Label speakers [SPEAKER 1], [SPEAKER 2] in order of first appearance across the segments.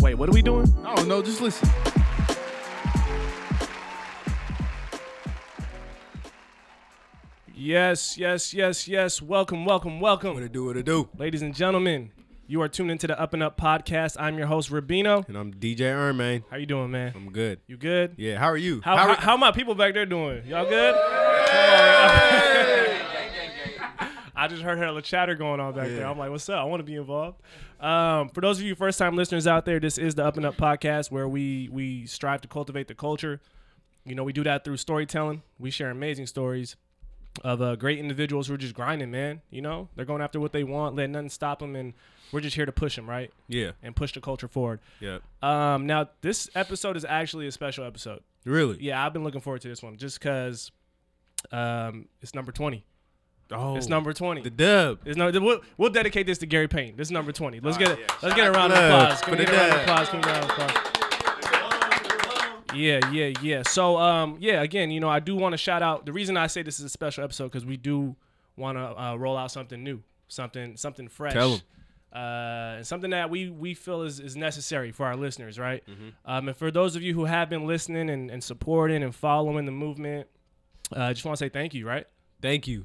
[SPEAKER 1] Wait, what are we doing?
[SPEAKER 2] I don't know, just listen.
[SPEAKER 1] Yes, yes, yes, yes. Welcome, welcome,
[SPEAKER 2] What
[SPEAKER 1] welcome.
[SPEAKER 2] it do, what it do.
[SPEAKER 1] Ladies and gentlemen, you are tuned into the Up and Up podcast. I'm your host Rabino.
[SPEAKER 2] And I'm DJ Erm, man.
[SPEAKER 1] How you doing, man?
[SPEAKER 2] I'm good.
[SPEAKER 1] You good?
[SPEAKER 2] Yeah, how are you?
[SPEAKER 1] How,
[SPEAKER 2] are
[SPEAKER 1] how, how my people back there doing? Y'all good? I just heard hella chatter going on back there.
[SPEAKER 2] Yeah.
[SPEAKER 1] I'm like, what's up? I want to be involved. Um, for those of you first time listeners out there, this is the Up and Up podcast where we we strive to cultivate the culture. You know, we do that through storytelling. We share amazing stories of uh, great individuals who are just grinding, man. You know, they're going after what they want, letting nothing stop them, and we're just here to push them, right?
[SPEAKER 2] Yeah,
[SPEAKER 1] And push the culture forward.
[SPEAKER 2] yeah.
[SPEAKER 1] Um, now, this episode is actually a special episode
[SPEAKER 2] Really?
[SPEAKER 1] yeah, I've been looking forward to this one just because um, it's number 20.
[SPEAKER 2] Oh,
[SPEAKER 1] It's number 20.
[SPEAKER 2] the dub.
[SPEAKER 1] it's no, we'll, we'll dedicate this to Gary Payne. This is number 20. Let's get it. Let's get a
[SPEAKER 2] Shout
[SPEAKER 1] round of
[SPEAKER 2] out to
[SPEAKER 1] applause.
[SPEAKER 2] Love
[SPEAKER 1] Can we
[SPEAKER 2] for
[SPEAKER 1] get a round
[SPEAKER 2] the
[SPEAKER 1] of
[SPEAKER 2] dub.
[SPEAKER 1] applause? Can we get a round of applause? Yeah, yeah, yeah. So, um, yeah, again, you know, I do want to shout out. The reason I say this is a special episode because we do want to uh, roll out something new, something, something fresh
[SPEAKER 2] Tell 'em.
[SPEAKER 1] uh, and something that we we feel is, is necessary for our listeners, right?
[SPEAKER 2] Mm-hmm.
[SPEAKER 1] Um, and for those of you who have been listening and, and supporting and following the movement, uh, I just want to say thank you, right?
[SPEAKER 2] Thank you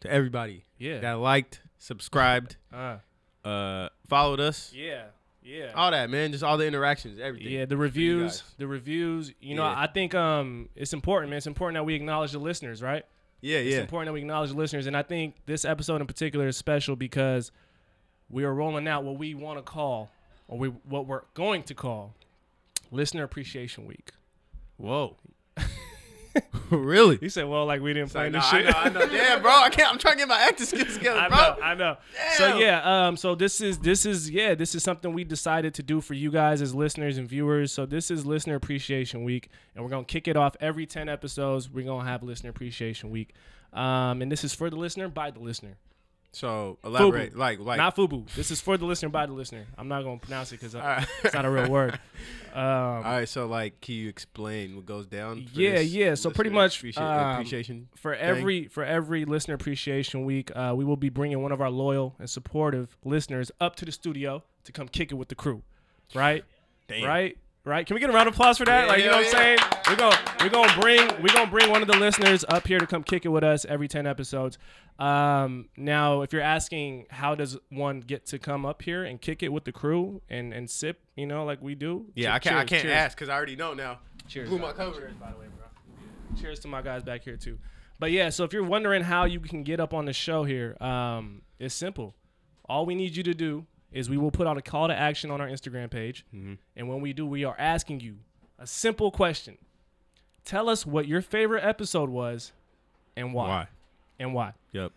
[SPEAKER 2] to everybody
[SPEAKER 1] Yeah.
[SPEAKER 2] that liked, subscribed,
[SPEAKER 1] Uh,
[SPEAKER 2] uh, followed us.
[SPEAKER 1] yeah, yeah,
[SPEAKER 2] All that, man. Just all the interactions, everything.
[SPEAKER 1] yeah. The
[SPEAKER 2] you
[SPEAKER 1] reviews,
[SPEAKER 2] guys.
[SPEAKER 1] the reviews. You know,
[SPEAKER 2] Yeah.
[SPEAKER 1] I think um, it's important, man. It's important that we acknowledge the listeners, right?
[SPEAKER 2] yeah,
[SPEAKER 1] It's
[SPEAKER 2] yeah.
[SPEAKER 1] important that we acknowledge the listeners, and I think this episode in particular is special because we are rolling out what we want to call, or we what we're going to call, Listener Appreciation Week.
[SPEAKER 2] Whoa. really?
[SPEAKER 1] He said, "Well, like we didn't plan
[SPEAKER 2] Like, nah,
[SPEAKER 1] this
[SPEAKER 2] I
[SPEAKER 1] shit."
[SPEAKER 2] know, I know. Damn, bro. I can't. I'm trying to get my acting skills together,
[SPEAKER 1] I
[SPEAKER 2] bro.
[SPEAKER 1] know, I know. So
[SPEAKER 2] Damn.
[SPEAKER 1] yeah, um, so this is this is yeah, this is something we decided to do for you guys as listeners and viewers. So this is Listener Appreciation Week, and we're gonna kick it off every ten episodes. We're gonna have Listener Appreciation Week, um, and this is for the listener by the listener,
[SPEAKER 2] So elaborate, like, like.
[SPEAKER 1] not Fubu. This is for the listener by the listener. I'm not gonna pronounce it because
[SPEAKER 2] right.
[SPEAKER 1] it's not a real word.
[SPEAKER 2] all right, so like, can you explain what goes down? for
[SPEAKER 1] Yeah,
[SPEAKER 2] this
[SPEAKER 1] yeah, so pretty
[SPEAKER 2] listener
[SPEAKER 1] much,
[SPEAKER 2] appreci-
[SPEAKER 1] um,
[SPEAKER 2] appreciation
[SPEAKER 1] for
[SPEAKER 2] thing?
[SPEAKER 1] every for every listener appreciation week, uh, we will be bringing one of our loyal and supportive listeners up to the studio to come kick it with the crew, right?
[SPEAKER 2] Damn.
[SPEAKER 1] Right? Right? Can we get a round of applause for that?
[SPEAKER 2] Yeah,
[SPEAKER 1] like you know
[SPEAKER 2] hell
[SPEAKER 1] what I'm saying? We're gonna we're gonna bring we're gonna bring one of the listeners up here to come kick it with us every ten episodes. Um, now, if you're asking how does one get to come up here and kick it with the crew and and sip, you know, like we do?
[SPEAKER 2] Yeah, I can't. I
[SPEAKER 1] Cheers,
[SPEAKER 2] can't
[SPEAKER 1] cheers.
[SPEAKER 2] ask because I already know now.
[SPEAKER 1] Cheers.
[SPEAKER 2] Blew
[SPEAKER 1] dog.
[SPEAKER 2] my cover.
[SPEAKER 1] Cheers, by the way, bro. Cheers to my guys back here too. But yeah, so if you're wondering how you can get up on the show here, um, it's simple. All we need you to do is we will put out a call to action on our Instagram page, and when we do, we are asking you a simple question: Tell us what your favorite episode was, and why, and why.
[SPEAKER 2] Yep.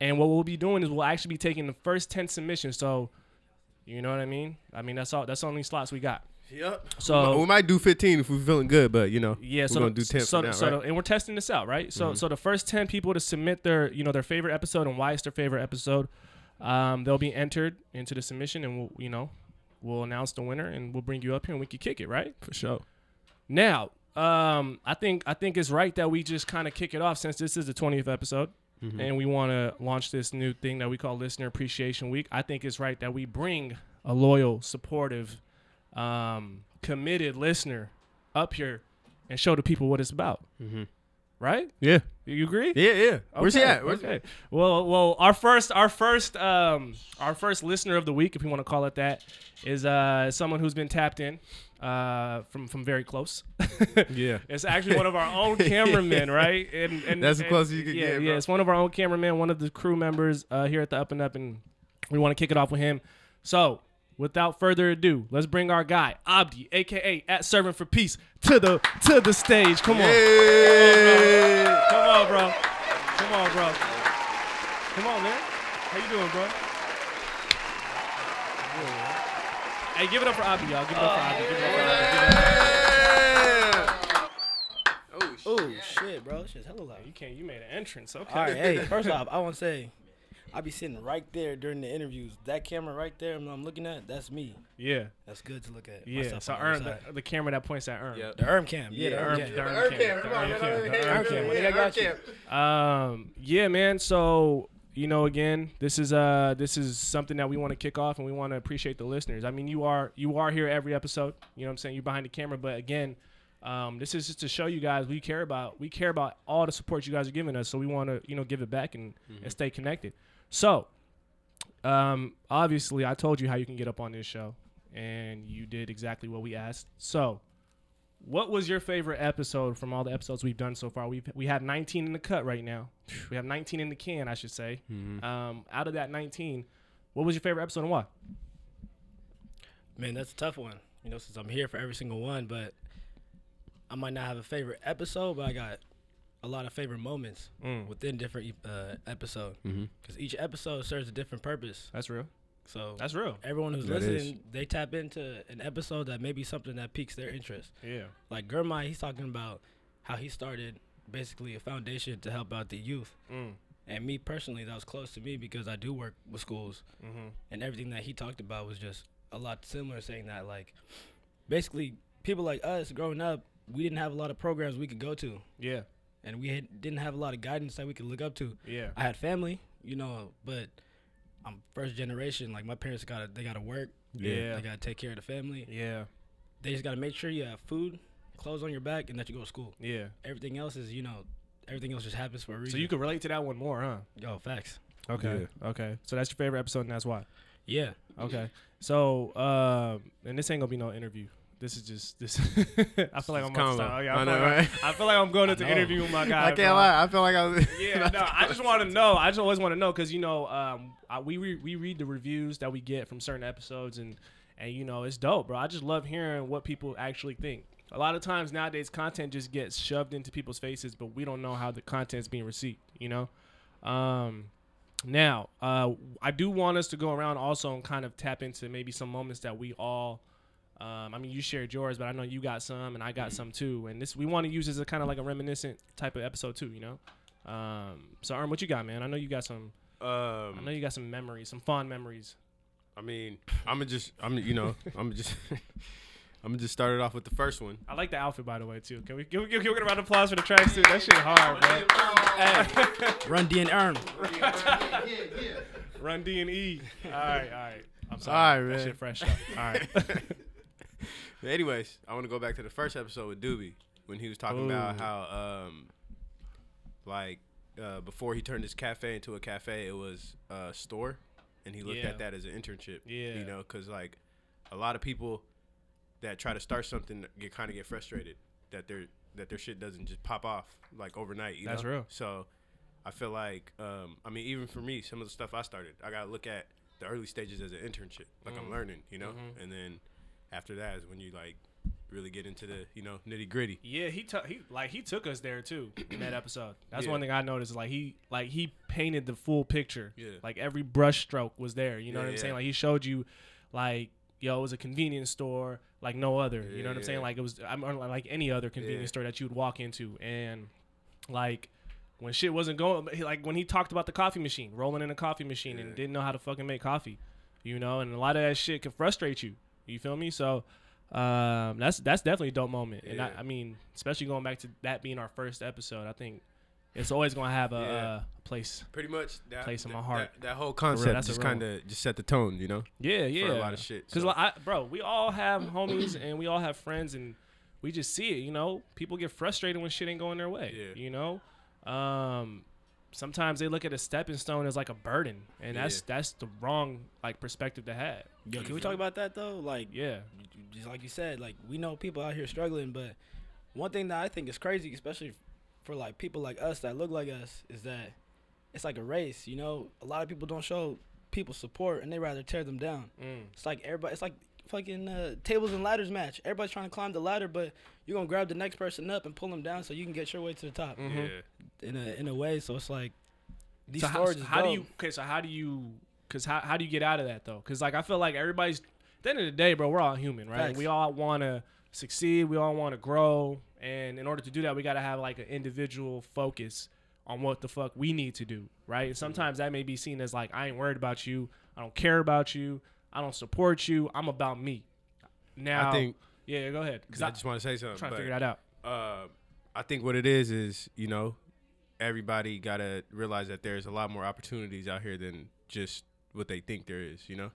[SPEAKER 1] And what we'll be doing is we'll actually be taking the first ten submissions. So, you know what I mean? I mean that's all. That's the only slots we got.
[SPEAKER 2] Yep.
[SPEAKER 1] So
[SPEAKER 2] we might do 15 if we're feeling good, but you know,
[SPEAKER 1] Yeah,
[SPEAKER 2] we're
[SPEAKER 1] so
[SPEAKER 2] gonna
[SPEAKER 1] the-
[SPEAKER 2] do 10
[SPEAKER 1] so,
[SPEAKER 2] for now,
[SPEAKER 1] so
[SPEAKER 2] right? Mm-hmm.
[SPEAKER 1] the- and we're testing this out, right? So so the first ten people to submit their you know their favorite episode and why it's their favorite episode, um, they'll be entered into the submission, and we'll you know we'll announce the winner, and we'll bring you up here and we can kick it, right?
[SPEAKER 2] for sure.
[SPEAKER 1] Now, um, I think I think it's right that we just kind of kick it off since this is the twentieth episode,
[SPEAKER 2] Mm-hmm.
[SPEAKER 1] and we want to launch this new thing that we call Listener Appreciation Week. I think it's right that we bring a loyal, supportive, um, committed listener up here and show the people what it's about. Right?
[SPEAKER 2] Yeah.
[SPEAKER 1] You agree?
[SPEAKER 2] Mm-hmm. Yeah. Yeah. Where's he
[SPEAKER 1] Okay,
[SPEAKER 2] at? Where's
[SPEAKER 1] okay. Well, well, our first, our first, um, our first listener of the week, if you want to call it that, is uh, someone who's been tapped in uh, from from very close.
[SPEAKER 2] Yeah.
[SPEAKER 1] it's actually one of our own cameramen, right? And, and
[SPEAKER 2] That's the
[SPEAKER 1] and-
[SPEAKER 2] closest you could
[SPEAKER 1] yeah,
[SPEAKER 2] get,
[SPEAKER 1] Yeah,
[SPEAKER 2] bro.
[SPEAKER 1] it's one of our own cameramen, one of the crew members uh, here at the Up and Up, and we want to kick it off with him. So, without further ado, let's bring our guy Abdi, aka at Serving for Peace, to the to the stage. Come on.
[SPEAKER 2] Hey.
[SPEAKER 1] Come on, bro. Come on, bro. Come on, man. How you doing, bro? Hey, give it up for Abby, y'all. Give it up for Abby. Give it up for Abby. Give it up for Abby. you can't. You made an entrance. Okay.
[SPEAKER 3] Oh, All right, hey, first off, I want to say, I be sitting right there during the interviews. That camera right there, I'm, I'm looking at, that's me.
[SPEAKER 1] Yeah.
[SPEAKER 3] That's good to look at.
[SPEAKER 1] Yeah.
[SPEAKER 3] myself
[SPEAKER 1] So
[SPEAKER 3] on the
[SPEAKER 1] Erm,
[SPEAKER 3] side.
[SPEAKER 1] the, the camera that points at Erm.
[SPEAKER 3] the Erm cam.
[SPEAKER 1] Yeah,
[SPEAKER 3] Yeah, the
[SPEAKER 1] Erm,
[SPEAKER 3] Erm cam.
[SPEAKER 1] the Erm
[SPEAKER 4] Erm
[SPEAKER 1] cam,
[SPEAKER 4] Cam,
[SPEAKER 1] the
[SPEAKER 4] come on,
[SPEAKER 1] Erm
[SPEAKER 4] get over
[SPEAKER 1] cam,
[SPEAKER 4] here.
[SPEAKER 1] the Erm
[SPEAKER 4] Erm
[SPEAKER 1] cam.
[SPEAKER 4] Cam,
[SPEAKER 3] I think I
[SPEAKER 4] Erm
[SPEAKER 3] got you.
[SPEAKER 4] Cam.
[SPEAKER 1] Um, yeah, man. So you know, again, this is uh, this is something that we want to kick off, and we want to appreciate the listeners. I mean, you are you are here every episode. You know, what I'm saying you're behind the camera, but again, um, this is just to show you guys we care about we care about all the support you guys are giving us. So we want to you know give it back and and stay connected. So, um, obviously, I told you how you can get up on this show, and you did exactly what we asked. So. What was your favorite episode from all the episodes we've done so far? We we have 19 in the cut right now. We have 19 in the can, I should say. Um, out of that 19, what was your favorite episode and why?
[SPEAKER 3] Man, that's a tough one. You know, since I'm here for every single one, but I might not have a favorite episode, but I got a lot of favorite moments
[SPEAKER 1] Mm.
[SPEAKER 3] within different uh, episode
[SPEAKER 1] Mm-hmm.
[SPEAKER 3] because each episode serves a different purpose.
[SPEAKER 1] That's real.
[SPEAKER 3] So
[SPEAKER 1] That's real.
[SPEAKER 3] everyone who's
[SPEAKER 2] That
[SPEAKER 3] listening, they tap into an episode that may be something that piques their interest.
[SPEAKER 1] Yeah.
[SPEAKER 3] Like Germai, he's talking about how he started basically a foundation to help out the youth.
[SPEAKER 1] Mm.
[SPEAKER 3] And me personally, that was close to me because I do work with schools,
[SPEAKER 1] Mm-hmm.
[SPEAKER 3] and everything that he talked about was just a lot similar. Saying that, like, basically, people like us growing up, we didn't have a lot of programs we could go to,
[SPEAKER 1] Yeah.
[SPEAKER 3] and we had, didn't have a lot of guidance that we could look up to.
[SPEAKER 1] Yeah.
[SPEAKER 3] I had family, you know, but I'm first generation. Like, my parents got to they got to work,
[SPEAKER 1] Yeah.
[SPEAKER 3] they got to take care of the family.
[SPEAKER 1] Yeah.
[SPEAKER 3] They just got to make sure you have food, clothes on your back, and that you go to school.
[SPEAKER 1] Yeah.
[SPEAKER 3] Everything else is, you know, everything else just happens for a reason.
[SPEAKER 1] So you could relate to that one more, huh?
[SPEAKER 3] yo facts.
[SPEAKER 1] Okay. Okay. So that's your favorite episode and that's why.
[SPEAKER 3] Yeah,
[SPEAKER 1] Okay. So um, and this ain't gonna be no interview. This is just this. I feel like I'm
[SPEAKER 2] combo.
[SPEAKER 1] about to start. yeah, I, feel
[SPEAKER 2] I know,
[SPEAKER 1] like I'm-
[SPEAKER 2] right?
[SPEAKER 1] I feel like I'm going into
[SPEAKER 3] know.
[SPEAKER 1] interview with my guy.
[SPEAKER 2] I can't
[SPEAKER 1] bro.
[SPEAKER 2] lie. I feel like I was.
[SPEAKER 1] Yeah, no, I just want to know. I just always want to know because you know, um, I, we re- we read the reviews that we get from certain episodes, and and you know, it's dope, bro. I just love hearing what people actually think. A lot of times nowadays, content just gets shoved into people's faces, but we don't know how the content's being received. You know, um, now uh, I do want us to go around also and kind of tap into maybe some moments that we all. Um, I mean, you shared yours, but I know you got some, and I got some too. And this we want to use as a kind of like a reminiscent type of episode too, you know. Um, so Arm, what you got, man? I know you got some. I know
[SPEAKER 2] Um,
[SPEAKER 1] you got some memories, some fond memories.
[SPEAKER 2] I mean, I'm just, I'm, you know, I'm just, I'm just started off with the first one.
[SPEAKER 1] I like the outfit, by the way, too. Can we can we, can we get a round of applause for the tracksuit? That shit hard, bro.
[SPEAKER 3] Run D and Erm.
[SPEAKER 1] Run D and E. All right, all right. I'm
[SPEAKER 2] All
[SPEAKER 1] sorry.
[SPEAKER 2] right,
[SPEAKER 1] that
[SPEAKER 2] man.
[SPEAKER 1] shit fresh up. All right.
[SPEAKER 2] But anyways, I want to go back to the first episode with Doobie when he was talking about
[SPEAKER 1] Ooh.
[SPEAKER 2] how, um, like, uh, before he turned his cafe into a cafe, it was a store, and he looked
[SPEAKER 1] Yeah.
[SPEAKER 2] at that as an internship.
[SPEAKER 1] Yeah.
[SPEAKER 2] you know, because like a lot of people that try to start something get kind of get frustrated that their that their shit doesn't just pop off like overnight. You
[SPEAKER 1] That's
[SPEAKER 2] know?
[SPEAKER 1] real.
[SPEAKER 2] So I feel like, um, I mean, even for me, some of the stuff I started, I gotta look at the early stages as an internship. Like
[SPEAKER 1] Mm-hmm.
[SPEAKER 2] I'm learning, you know, and then after that is when you like really get into the you know nitty gritty.
[SPEAKER 1] yeah, he took he like he took us there too in that episode. That's
[SPEAKER 2] Yeah.
[SPEAKER 1] one thing I noticed. Like he like he painted the full picture.
[SPEAKER 2] Yeah.
[SPEAKER 1] Like every brush stroke was there. You know
[SPEAKER 2] Yeah,
[SPEAKER 1] what I'm
[SPEAKER 2] yeah.
[SPEAKER 1] saying? Like he showed you, like yo, it was a convenience store like no other. you know what I'm saying?
[SPEAKER 2] Yeah.
[SPEAKER 1] Like it was I'm unlike any other convenience
[SPEAKER 2] Yeah.
[SPEAKER 1] store that you'd walk into and like when shit wasn't going he- like when he talked about the coffee machine rolling in a coffee machine and didn't know how to fucking make coffee you know and a lot of that shit can frustrate you you feel me so um that's that's definitely a dope moment and I,
[SPEAKER 2] Yeah.
[SPEAKER 1] I mean especially going back to that being our first episode i think it's always gonna have a
[SPEAKER 2] Yeah.
[SPEAKER 1] uh, place
[SPEAKER 2] Pretty much that
[SPEAKER 1] Place in my
[SPEAKER 2] that-
[SPEAKER 1] heart.
[SPEAKER 2] That, that whole concept
[SPEAKER 1] that's a
[SPEAKER 2] just
[SPEAKER 1] real one.
[SPEAKER 2] kind of just set the tone, you know.
[SPEAKER 1] yeah yeah
[SPEAKER 2] a lot of shit,
[SPEAKER 1] because
[SPEAKER 2] so.
[SPEAKER 1] bro we all have homies and we all have friends and we just see it you know people get frustrated when shit ain't going their way
[SPEAKER 2] Yeah.
[SPEAKER 1] you know um sometimes they look at a stepping stone as like a burden and that's that's the wrong like perspective to have
[SPEAKER 3] Yo, can we talk about that though? Like,
[SPEAKER 1] yeah
[SPEAKER 3] just like you said, like we know people out here struggling, but one thing that I think is crazy, especially for like people like us that look like us, is that it's like a race. You know, a lot of people don't show people support, and they rather tear them down.
[SPEAKER 2] Mm.
[SPEAKER 3] It's like everybody. It's like fucking uh, tables and ladders match. Everybody's trying to climb the ladder, but you're gonna grab the next person up and pull them down so you can get your way to the top.
[SPEAKER 2] Yeah.
[SPEAKER 3] In a in a way, so it's like these
[SPEAKER 1] so how,
[SPEAKER 3] stories.
[SPEAKER 1] so
[SPEAKER 3] is
[SPEAKER 1] how do
[SPEAKER 3] dope.
[SPEAKER 1] you okay so how do you because how, how do you get out of that though because like i feel like everybody's at the end of the day bro we're all human right
[SPEAKER 3] Facts.
[SPEAKER 1] we all want to succeed we all want to grow and in order to do that we got to have like an individual focus on what the fuck we need to do, right? And sometimes that may be seen as like, I ain't worried about you. I don't care about you. I don't support you. I'm about me. Now,
[SPEAKER 2] think-
[SPEAKER 1] yeah, go ahead. Because
[SPEAKER 2] I
[SPEAKER 1] I'm
[SPEAKER 2] just want to say something.
[SPEAKER 1] trying to
[SPEAKER 2] but-
[SPEAKER 1] figure that out.
[SPEAKER 2] uh, I think what it is is you know everybody gotta realize that there's a lot more opportunities out here than just what they think there is. You know,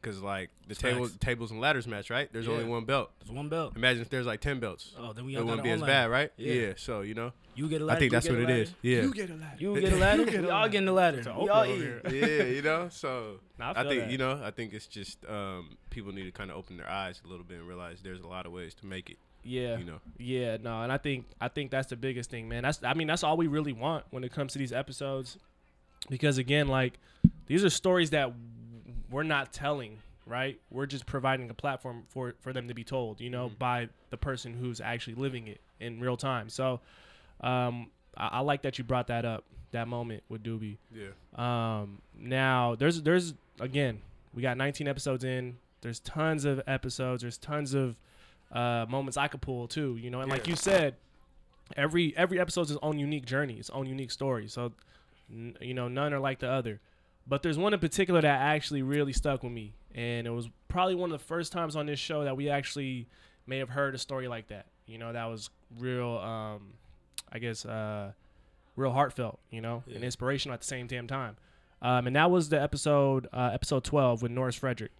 [SPEAKER 2] because like the table,
[SPEAKER 3] facts.
[SPEAKER 2] tables and ladders match, right? There's only
[SPEAKER 3] Yeah.
[SPEAKER 2] one belt.
[SPEAKER 3] It's one belt.
[SPEAKER 2] Imagine if there's like ten belts.
[SPEAKER 3] Oh, then we
[SPEAKER 2] it
[SPEAKER 3] all got
[SPEAKER 2] wouldn't
[SPEAKER 3] our
[SPEAKER 2] be
[SPEAKER 3] own
[SPEAKER 2] as
[SPEAKER 3] ladder.
[SPEAKER 2] bad, right?
[SPEAKER 3] Yeah.
[SPEAKER 2] Yeah. So you know,
[SPEAKER 3] You get a ladder.
[SPEAKER 2] I think that's
[SPEAKER 3] you
[SPEAKER 2] what
[SPEAKER 3] get
[SPEAKER 2] it
[SPEAKER 3] a ladder.
[SPEAKER 2] is. Yeah.
[SPEAKER 1] You get a ladder.
[SPEAKER 3] You get a ladder.
[SPEAKER 1] get a
[SPEAKER 3] we all
[SPEAKER 1] ladder.
[SPEAKER 3] getting a ladder.
[SPEAKER 1] It's an
[SPEAKER 3] We
[SPEAKER 1] Oprah
[SPEAKER 3] all
[SPEAKER 1] over
[SPEAKER 3] eating.
[SPEAKER 1] here.
[SPEAKER 2] yeah, you know. So
[SPEAKER 1] Nah, I
[SPEAKER 2] I,
[SPEAKER 1] feel
[SPEAKER 2] think
[SPEAKER 1] that.
[SPEAKER 2] you know, I think it's just um, people need to kind of open their eyes a little bit and realize there's a lot of ways to make it.
[SPEAKER 1] Yeah.
[SPEAKER 2] you know.
[SPEAKER 1] Yeah, no, and I think I think that's the biggest thing, man. That's I mean, that's all we really want when it comes to these episodes. Because again, like these are stories that we're not telling, right? We're just providing a platform for for them to be told, you know, by the person who's actually living it in real time. So um I, I like that you brought that up, that moment with Doobie.
[SPEAKER 2] Yeah.
[SPEAKER 1] Um, now there's there's again we got 19 episodes in. There's tons of episodes. There's tons of uh, moments I could pull too. You know, and like
[SPEAKER 2] Yeah.
[SPEAKER 1] you said, every every episode's its own unique journey, its own unique story. So n- you know, none are like the other. But there's one in particular that actually really stuck with me, and it was probably one of the first times on this show that we actually may have heard a story like that. You know, that was real. Um, I guess uh, real heartfelt, you know, and inspirational at the same damn time. Um, and that was the episode, uh, episode twelve with Norris Frederick,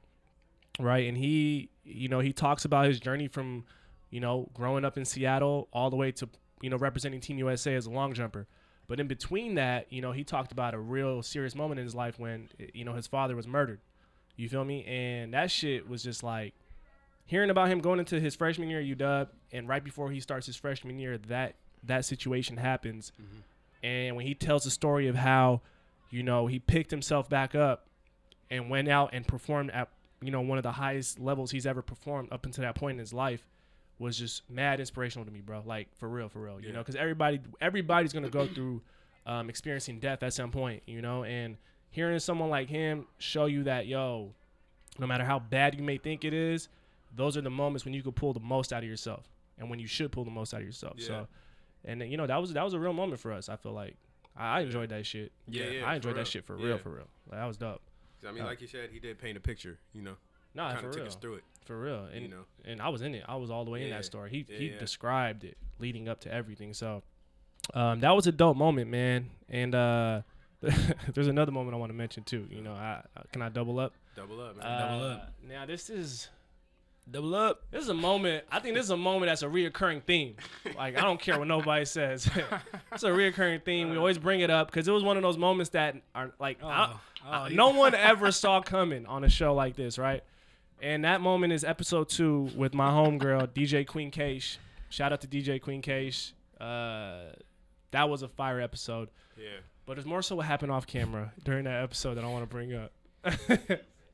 [SPEAKER 1] right? And he, you know, he talks about his journey from, you know, growing up in Seattle all the way to, you know, representing Team USA as a long jumper. But in between that, you know, he talked about a real serious moment in his life when, you know, his father was murdered. You feel me? And that shit was just like hearing about him going into his freshman year at UW, and right before he starts his freshman year, that that situation happens. And when he tells the story of how, you know, he picked himself back up and went out and performed at, you know, one of the highest levels he's ever performed up until that point in his life was just mad inspirational to me, bro. Like for real, for real, you
[SPEAKER 2] Yeah.
[SPEAKER 1] know, because everybody everybody's gonna go through um, experiencing death at some point, you know, and hearing someone like him show you that, yo, no matter how bad you may think it is, those are the moments when you could pull the most out of yourself and when you should pull the most out of yourself. So, and you know that was that was a real moment for us. I feel like I, I enjoyed that shit.
[SPEAKER 2] Yeah, yeah,
[SPEAKER 1] I
[SPEAKER 2] for
[SPEAKER 1] enjoyed that
[SPEAKER 2] real.
[SPEAKER 1] shit for
[SPEAKER 2] Yeah.
[SPEAKER 1] real, for real. Like, that was dope.
[SPEAKER 2] 'Cause, I mean, like you said, he did paint a picture. You know,
[SPEAKER 1] Nah,
[SPEAKER 2] kind
[SPEAKER 1] for
[SPEAKER 2] of took
[SPEAKER 1] real,
[SPEAKER 2] us through it.
[SPEAKER 1] for real. And
[SPEAKER 2] know.
[SPEAKER 1] and I was in it. I was all the way in
[SPEAKER 2] Yeah.
[SPEAKER 1] that story. He
[SPEAKER 2] Yeah,
[SPEAKER 1] he
[SPEAKER 2] yeah.
[SPEAKER 1] described it leading up to everything. So, um, that was a dope moment, man. And uh, there's another moment I want to mention too. You know, I can I double up?
[SPEAKER 2] Double up, man.
[SPEAKER 1] Double
[SPEAKER 3] up.
[SPEAKER 1] Now this is
[SPEAKER 3] Double up.
[SPEAKER 1] This is a moment. I think this is a moment that's a reoccurring theme. Like I don't care what nobody says. it's a reoccurring theme. We always bring it up because it was one of those moments that are like I-
[SPEAKER 3] Oh,
[SPEAKER 1] I-
[SPEAKER 3] oh,
[SPEAKER 1] no one ever saw coming on a show like this, right? And that moment is episode two with my homegirl DJ Queen Cash. Shout out to DJ Queen Cash. Uh, that was a fire episode,
[SPEAKER 2] yeah.
[SPEAKER 1] but it's more so what happened off camera during that episode that I want to bring up.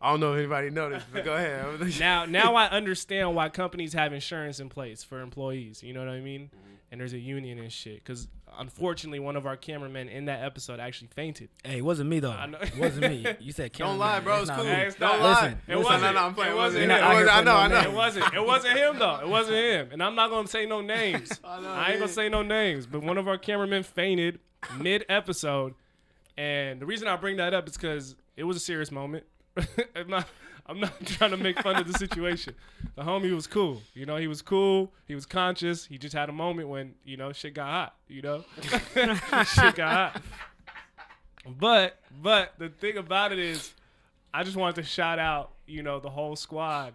[SPEAKER 2] I don't know if anybody noticed, but go ahead.
[SPEAKER 1] now now I understand why companies have insurance in place for employees. You know what I mean? And there's a union and shit. Because unfortunately, one of our cameramen in that episode actually fainted.
[SPEAKER 3] Hey, it wasn't me though.
[SPEAKER 1] know.
[SPEAKER 3] It wasn't me. You said
[SPEAKER 2] don't
[SPEAKER 3] cameraman.
[SPEAKER 2] lie, bro. It's
[SPEAKER 3] That's not
[SPEAKER 2] cool.
[SPEAKER 3] me.
[SPEAKER 1] Hey, it's
[SPEAKER 2] don't
[SPEAKER 1] not-
[SPEAKER 2] lie.
[SPEAKER 3] Listen,
[SPEAKER 1] It wasn't-
[SPEAKER 2] No, no, I'm playing.
[SPEAKER 1] it
[SPEAKER 2] It wasn't.
[SPEAKER 1] wasn't-
[SPEAKER 2] It wasn't. I know. I
[SPEAKER 3] You're not out here
[SPEAKER 1] It
[SPEAKER 2] know.
[SPEAKER 1] wasn't. It wasn't him though. It wasn't him. And I'm not gonna say no names. I,
[SPEAKER 2] know,
[SPEAKER 1] ain't
[SPEAKER 2] man.
[SPEAKER 1] gonna say no names. But one of our cameramen fainted mid episode, and the reason I bring that up is because it was a serious moment. I'm not. I'm not trying to make fun of the situation. The homie was cool. You know, he was cool. He was conscious. He just had a moment when you know shit got hot. You know, shit got hot. But but the thing about it is, I just wanted to shout out, you know, the whole squad,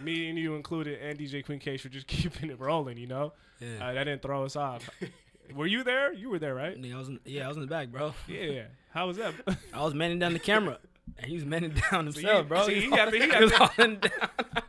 [SPEAKER 1] me and you included, and DJ Queen Case for just keeping it rolling, you know?
[SPEAKER 3] Yeah.
[SPEAKER 1] Uh, that didn't throw us off. were you there? You were there, right?
[SPEAKER 3] Nigga, I was in, yeah, I was in the back, bro.
[SPEAKER 1] Yeah. How was that?
[SPEAKER 3] I was manning down the camera, and he was manning down himself,
[SPEAKER 1] you-
[SPEAKER 3] bro.
[SPEAKER 1] see,
[SPEAKER 3] He
[SPEAKER 1] he
[SPEAKER 3] was
[SPEAKER 1] had to- he
[SPEAKER 3] all-
[SPEAKER 1] had
[SPEAKER 3] was
[SPEAKER 1] to-
[SPEAKER 3] all in down.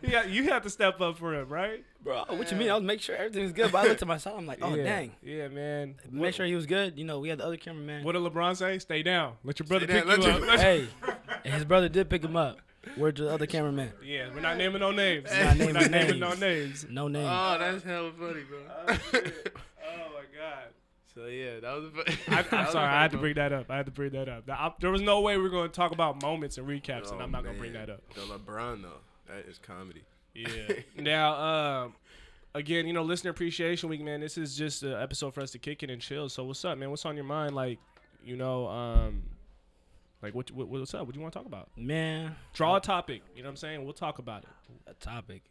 [SPEAKER 1] yeah, you had to step up for him, right?
[SPEAKER 3] Bro, what you mean? I was making sure everything was good, but I looked at myself. I'm like, oh
[SPEAKER 1] yeah.
[SPEAKER 3] dang.
[SPEAKER 1] Yeah, man.
[SPEAKER 3] Make sure he was good. You know, we had the other cameraman.
[SPEAKER 1] What did LeBron say? Stay down. Let your brother
[SPEAKER 2] Stay
[SPEAKER 1] pick
[SPEAKER 2] down.
[SPEAKER 1] you
[SPEAKER 2] Let
[SPEAKER 1] up.
[SPEAKER 2] your-
[SPEAKER 1] Let your-
[SPEAKER 3] Hey, and his brother did pick him up. Where's the other cameraman?
[SPEAKER 1] yeah, we're not naming no names.
[SPEAKER 3] Not naming
[SPEAKER 1] we're not naming
[SPEAKER 3] names.
[SPEAKER 1] no names.
[SPEAKER 3] No name.
[SPEAKER 1] Uh,
[SPEAKER 2] Oh, that's hella funny, bro.
[SPEAKER 1] Oh, my God.
[SPEAKER 2] so yeah, that was. A fu-
[SPEAKER 1] I,
[SPEAKER 2] that
[SPEAKER 1] I'm
[SPEAKER 2] was
[SPEAKER 1] sorry,
[SPEAKER 2] a funny
[SPEAKER 1] I had to
[SPEAKER 2] moment.
[SPEAKER 1] bring that up. I had to bring that up. Now, I- there was no way we were going to talk about moments and recaps, and
[SPEAKER 2] Oh,
[SPEAKER 1] I'm not going to bring
[SPEAKER 2] man.
[SPEAKER 1] that up.
[SPEAKER 2] The LeBron though, that is comedy.
[SPEAKER 1] Yeah. now, um, again, you know, listener appreciation week, man. This is just an episode for us to kick it and chill. So what's up, man? What's on your mind? Like, you know, um, like what, what what's up? What do you want to talk about?
[SPEAKER 3] Man,
[SPEAKER 1] Draw a topic. You know what I'm saying? We'll talk about it.
[SPEAKER 3] a topic.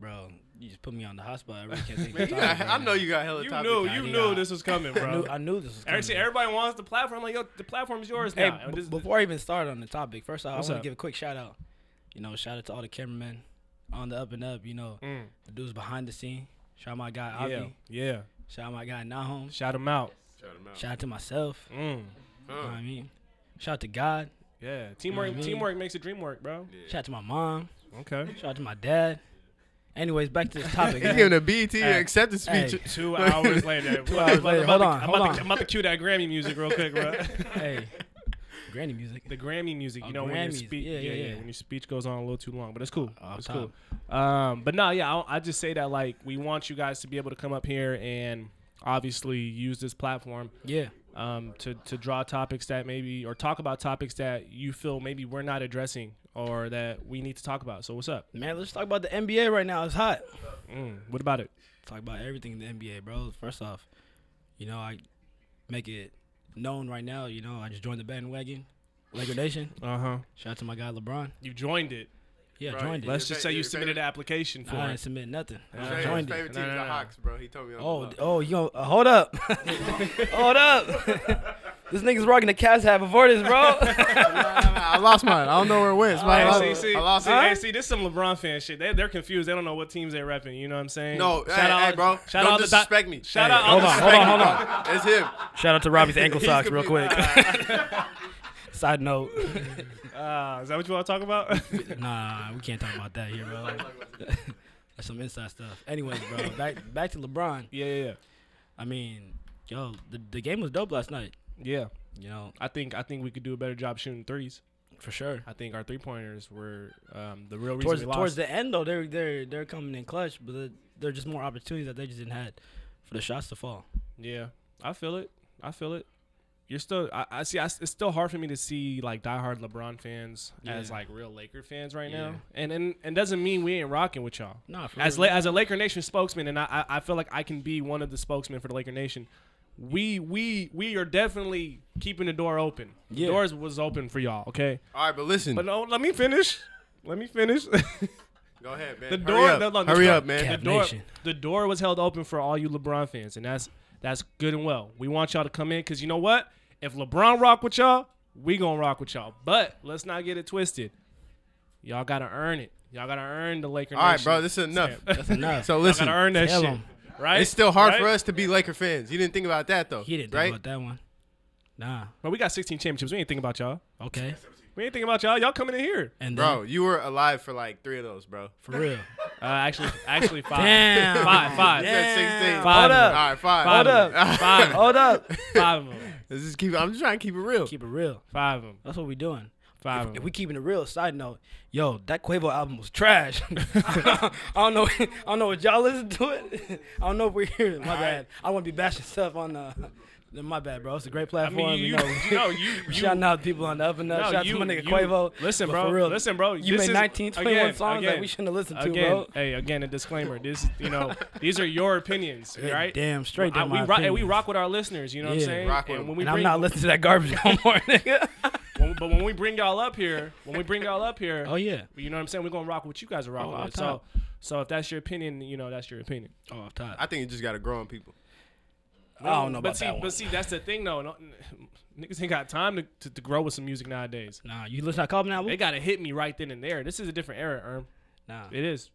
[SPEAKER 3] Bro, you just put me on the hot spot. I really can't think of a
[SPEAKER 2] You
[SPEAKER 3] topic.
[SPEAKER 2] got, I
[SPEAKER 3] right
[SPEAKER 2] know you got hella
[SPEAKER 1] You
[SPEAKER 2] topic
[SPEAKER 1] knew,
[SPEAKER 2] ideas.
[SPEAKER 1] you knew this was coming,
[SPEAKER 3] now. I knew,
[SPEAKER 1] bro.
[SPEAKER 3] I knew this was
[SPEAKER 1] Every-
[SPEAKER 3] coming.
[SPEAKER 1] see, everybody wants the platform. Like, yo, the platform is yours
[SPEAKER 3] Hey,
[SPEAKER 1] now. And
[SPEAKER 3] b-
[SPEAKER 1] this-
[SPEAKER 3] before I even start on the topic, first off,
[SPEAKER 1] What's
[SPEAKER 3] I want
[SPEAKER 1] up?
[SPEAKER 3] to give a quick shout out. You know, shout out to all the cameramen on the up and up. You know,
[SPEAKER 1] Mm.
[SPEAKER 3] the dudes behind the scene. Shout out my guy Avi.
[SPEAKER 1] yeah, yeah.
[SPEAKER 3] Shout out my guy Nahom.
[SPEAKER 1] Shout them out.
[SPEAKER 2] Shout 'em out.
[SPEAKER 3] Shout out to myself.
[SPEAKER 1] Mm.
[SPEAKER 3] You know what
[SPEAKER 2] Huh.
[SPEAKER 3] I mean? Shout out to God.
[SPEAKER 1] Yeah, teamwork.
[SPEAKER 3] what I mean?
[SPEAKER 1] Teamwork makes a dream work, bro.
[SPEAKER 2] Yeah.
[SPEAKER 3] Shout out to my mom.
[SPEAKER 1] Okay.
[SPEAKER 3] Shout out to my dad. Anyways, back to this topic.
[SPEAKER 2] He's
[SPEAKER 3] man.
[SPEAKER 2] giving a BET
[SPEAKER 3] Hey,
[SPEAKER 2] acceptance
[SPEAKER 3] hey.
[SPEAKER 2] speech.
[SPEAKER 1] Two hours later.
[SPEAKER 3] Two hours later. Hold on,
[SPEAKER 1] I'm
[SPEAKER 3] hold
[SPEAKER 1] about,
[SPEAKER 3] on.
[SPEAKER 1] To, I'm about to cue that Grammy music real quick, bro.
[SPEAKER 3] hey, granny music.
[SPEAKER 1] the Grammy music, you
[SPEAKER 3] Oh,
[SPEAKER 1] know, when your
[SPEAKER 3] Grammys.
[SPEAKER 1] speech, yeah,
[SPEAKER 3] Yeah,
[SPEAKER 1] yeah,
[SPEAKER 3] yeah, yeah.
[SPEAKER 1] when your speech goes on a little too long, but it's cool,
[SPEAKER 3] Off
[SPEAKER 1] it's cool. Um, but no, yeah, I, I just say that like we want you guys to be able to come up here and obviously use this platform
[SPEAKER 3] Yeah,
[SPEAKER 1] um, to to draw topics that maybe or talk about topics that you feel maybe we're not addressing or that we need to talk about. So what's up?
[SPEAKER 3] man. Let's talk about the NBA right now. It's hot.
[SPEAKER 1] Mm, what about it?
[SPEAKER 3] talk about everything in the NBA, bro. First off, you know, I make it known right now, you know, I just joined the bandwagon. Laker Nation.
[SPEAKER 1] Uh huh.
[SPEAKER 3] Shout out to my guy LeBron.
[SPEAKER 1] You joined it.
[SPEAKER 3] Yeah,
[SPEAKER 2] Right.
[SPEAKER 3] joined it.
[SPEAKER 1] Let's
[SPEAKER 2] Your
[SPEAKER 1] just
[SPEAKER 2] fa-
[SPEAKER 1] say you
[SPEAKER 2] your
[SPEAKER 1] submitted an
[SPEAKER 2] favorite-
[SPEAKER 1] application for
[SPEAKER 3] I didn't
[SPEAKER 1] it.
[SPEAKER 3] submit nothing.
[SPEAKER 2] His
[SPEAKER 3] I
[SPEAKER 2] favorite-
[SPEAKER 3] joined
[SPEAKER 2] his
[SPEAKER 3] it.
[SPEAKER 1] No,
[SPEAKER 2] favorite team is
[SPEAKER 1] no,
[SPEAKER 2] the
[SPEAKER 1] no.
[SPEAKER 2] Hawks, bro. He told me. on the
[SPEAKER 3] Oh,
[SPEAKER 2] block.
[SPEAKER 3] oh, you gonna uh, hold up. hold up. this nigga's rocking the Cavs hat before this, bro.
[SPEAKER 2] I lost mine. I don't know where it went. It's mine.
[SPEAKER 1] Hey,
[SPEAKER 2] I lost-
[SPEAKER 1] see, see,
[SPEAKER 2] I lost
[SPEAKER 1] see,
[SPEAKER 2] it.
[SPEAKER 1] hey, see, this is some LeBron fan shit. They, they're confused. They don't know what teams they're repping. You know what I'm saying?
[SPEAKER 2] No, hey, hey, bro.
[SPEAKER 1] Shout out
[SPEAKER 2] don't
[SPEAKER 1] to Doc-
[SPEAKER 2] disrespect me.
[SPEAKER 1] Shout
[SPEAKER 2] Hey,
[SPEAKER 1] out.
[SPEAKER 2] don't
[SPEAKER 3] Hold on,
[SPEAKER 2] disrespect
[SPEAKER 3] hold on,
[SPEAKER 2] me,
[SPEAKER 3] hold
[SPEAKER 2] bro. It's him.
[SPEAKER 3] Shout out to Robbie's ankle
[SPEAKER 2] He's
[SPEAKER 3] socks real quick.
[SPEAKER 2] confused.
[SPEAKER 3] Side note.
[SPEAKER 1] Uh, is that what you want to talk about?
[SPEAKER 3] nah, we can't talk about that here, bro. That's some inside stuff. Anyways, bro, back back to LeBron.
[SPEAKER 1] yeah, yeah, yeah.
[SPEAKER 3] I mean, yo, the, the game was dope last night.
[SPEAKER 1] Yeah,
[SPEAKER 3] You know,
[SPEAKER 1] I think I think we could do a better job shooting threes.
[SPEAKER 3] for sure.
[SPEAKER 1] I think our three pointers were um, the real reason
[SPEAKER 3] Towards
[SPEAKER 1] we lost.
[SPEAKER 3] towards the end though, they're they're they're coming in clutch, but there- there are just more opportunities that they just didn't had for the shots to fall.
[SPEAKER 1] yeah, I feel it. I feel it. You're still. I, I see. I, it's still hard for me to see like diehard LeBron fans as
[SPEAKER 3] Yeah.
[SPEAKER 1] like real Laker fans right
[SPEAKER 3] Yeah.
[SPEAKER 1] now. And and and doesn't mean we ain't rocking with y'all.
[SPEAKER 3] Nah, for
[SPEAKER 1] as
[SPEAKER 3] real.
[SPEAKER 1] la- as a Laker Nation spokesman, and I, I I feel like I can be one of the spokesmen for the Laker Nation. We we we are definitely keeping the door open.
[SPEAKER 3] Yeah.
[SPEAKER 1] The doors was open for y'all. Okay,
[SPEAKER 2] All right, but listen.
[SPEAKER 1] but no, let me finish. Let me finish.
[SPEAKER 2] Go ahead, man.
[SPEAKER 1] The
[SPEAKER 2] Hurry
[SPEAKER 1] door-
[SPEAKER 2] Up.
[SPEAKER 1] no, no, the
[SPEAKER 2] Hurry
[SPEAKER 1] door-
[SPEAKER 2] up, man.
[SPEAKER 3] Cap.
[SPEAKER 1] the door,
[SPEAKER 3] Nation.
[SPEAKER 1] the door was held open for all you LeBron fans, and that's that's good and well. We want y'all to come in because you know what? If LeBron rock with y'all, we gonna rock with y'all. But let's not get it twisted. Y'all gotta earn it. Y'all gotta earn the Laker.
[SPEAKER 2] All right,
[SPEAKER 1] Nation.
[SPEAKER 2] bro. This is enough.
[SPEAKER 3] That's enough.
[SPEAKER 2] So
[SPEAKER 1] Y'all
[SPEAKER 2] listen,
[SPEAKER 1] gotta earn that
[SPEAKER 3] Tell
[SPEAKER 1] shit,
[SPEAKER 3] 'em.
[SPEAKER 1] right?
[SPEAKER 2] it's still hard
[SPEAKER 1] Right?
[SPEAKER 2] for us to be Laker fans. You didn't think about that though,
[SPEAKER 3] he didn't think
[SPEAKER 2] right?
[SPEAKER 3] about that one. Nah.
[SPEAKER 1] But we got 16 championships. We ain't thinking about y'all.
[SPEAKER 3] Okay.
[SPEAKER 1] We ain't thinking about y'all. Y'all coming in here.
[SPEAKER 3] And then,
[SPEAKER 2] Bro, you were alive for like three of those, bro.
[SPEAKER 3] for real.
[SPEAKER 1] Uh, actually, actually five.
[SPEAKER 3] Damn.
[SPEAKER 1] Five, five.
[SPEAKER 2] You said sixteen.
[SPEAKER 1] Five. Hold
[SPEAKER 2] All
[SPEAKER 1] up.
[SPEAKER 2] right, five.
[SPEAKER 1] Five
[SPEAKER 2] All
[SPEAKER 1] of
[SPEAKER 2] right.
[SPEAKER 1] them. Five of them.
[SPEAKER 3] Hold up.
[SPEAKER 1] Five of them.
[SPEAKER 2] Let's just keep. I'm just trying to keep it real.
[SPEAKER 3] Keep it real.
[SPEAKER 1] Five of them.
[SPEAKER 3] That's what we doing.
[SPEAKER 1] Five of
[SPEAKER 3] If
[SPEAKER 1] them.
[SPEAKER 3] we keeping it real, side note, yo, that Quavo album was trash. I don't know. I don't know if y'all listen to it. I don't know if we're here. My bad. I want to be bashing stuff on the. no, My bad, bro. It's a great
[SPEAKER 1] I
[SPEAKER 3] platform.
[SPEAKER 1] mean, you, you,
[SPEAKER 3] know,
[SPEAKER 1] you know, you, you
[SPEAKER 3] shouting out people on the up and up.
[SPEAKER 1] No,
[SPEAKER 3] Shout out to
[SPEAKER 1] you-
[SPEAKER 3] my nigga
[SPEAKER 1] you-
[SPEAKER 3] Quavo.
[SPEAKER 1] listen,
[SPEAKER 3] But
[SPEAKER 1] bro,
[SPEAKER 3] For real,
[SPEAKER 1] listen, bro,
[SPEAKER 3] You
[SPEAKER 1] this
[SPEAKER 3] made
[SPEAKER 1] is-
[SPEAKER 3] 19, 21
[SPEAKER 1] again,
[SPEAKER 3] songs
[SPEAKER 1] again,
[SPEAKER 3] that we shouldn't have listened to,
[SPEAKER 1] again,
[SPEAKER 3] bro.
[SPEAKER 1] hey, again, a disclaimer. This, you know, these are your opinions, right?
[SPEAKER 3] Damn, straight
[SPEAKER 1] I,
[SPEAKER 3] down
[SPEAKER 1] we,
[SPEAKER 3] my
[SPEAKER 1] rock, and we
[SPEAKER 3] opinions.
[SPEAKER 1] rock with our listeners, you know what
[SPEAKER 3] Yeah.
[SPEAKER 1] I'm saying?
[SPEAKER 2] Rock with
[SPEAKER 1] and
[SPEAKER 2] them.
[SPEAKER 1] when we
[SPEAKER 3] And
[SPEAKER 1] bring,
[SPEAKER 3] I'm not listening to that garbage no more, nigga.
[SPEAKER 1] when- but when we bring y'all up here, when we bring y'all up here,
[SPEAKER 3] oh yeah.
[SPEAKER 1] you know what I'm saying? We're gonna rock what you guys are rocking
[SPEAKER 3] off
[SPEAKER 1] with. So,
[SPEAKER 3] top.
[SPEAKER 1] so if that's your opinion, you know that's your opinion.
[SPEAKER 3] Oh, off top.
[SPEAKER 2] I think you just gotta grow on people.
[SPEAKER 3] I don't know
[SPEAKER 1] but
[SPEAKER 3] about
[SPEAKER 1] see,
[SPEAKER 3] that one.
[SPEAKER 1] But see, that's the thing though. No- Niggas ain't got time to, to, to grow with some music nowadays.
[SPEAKER 3] Nah, you listen to Cobb now?
[SPEAKER 1] They gotta hit me right then and there. This is a different era, Erm.
[SPEAKER 3] Nah,
[SPEAKER 1] It is.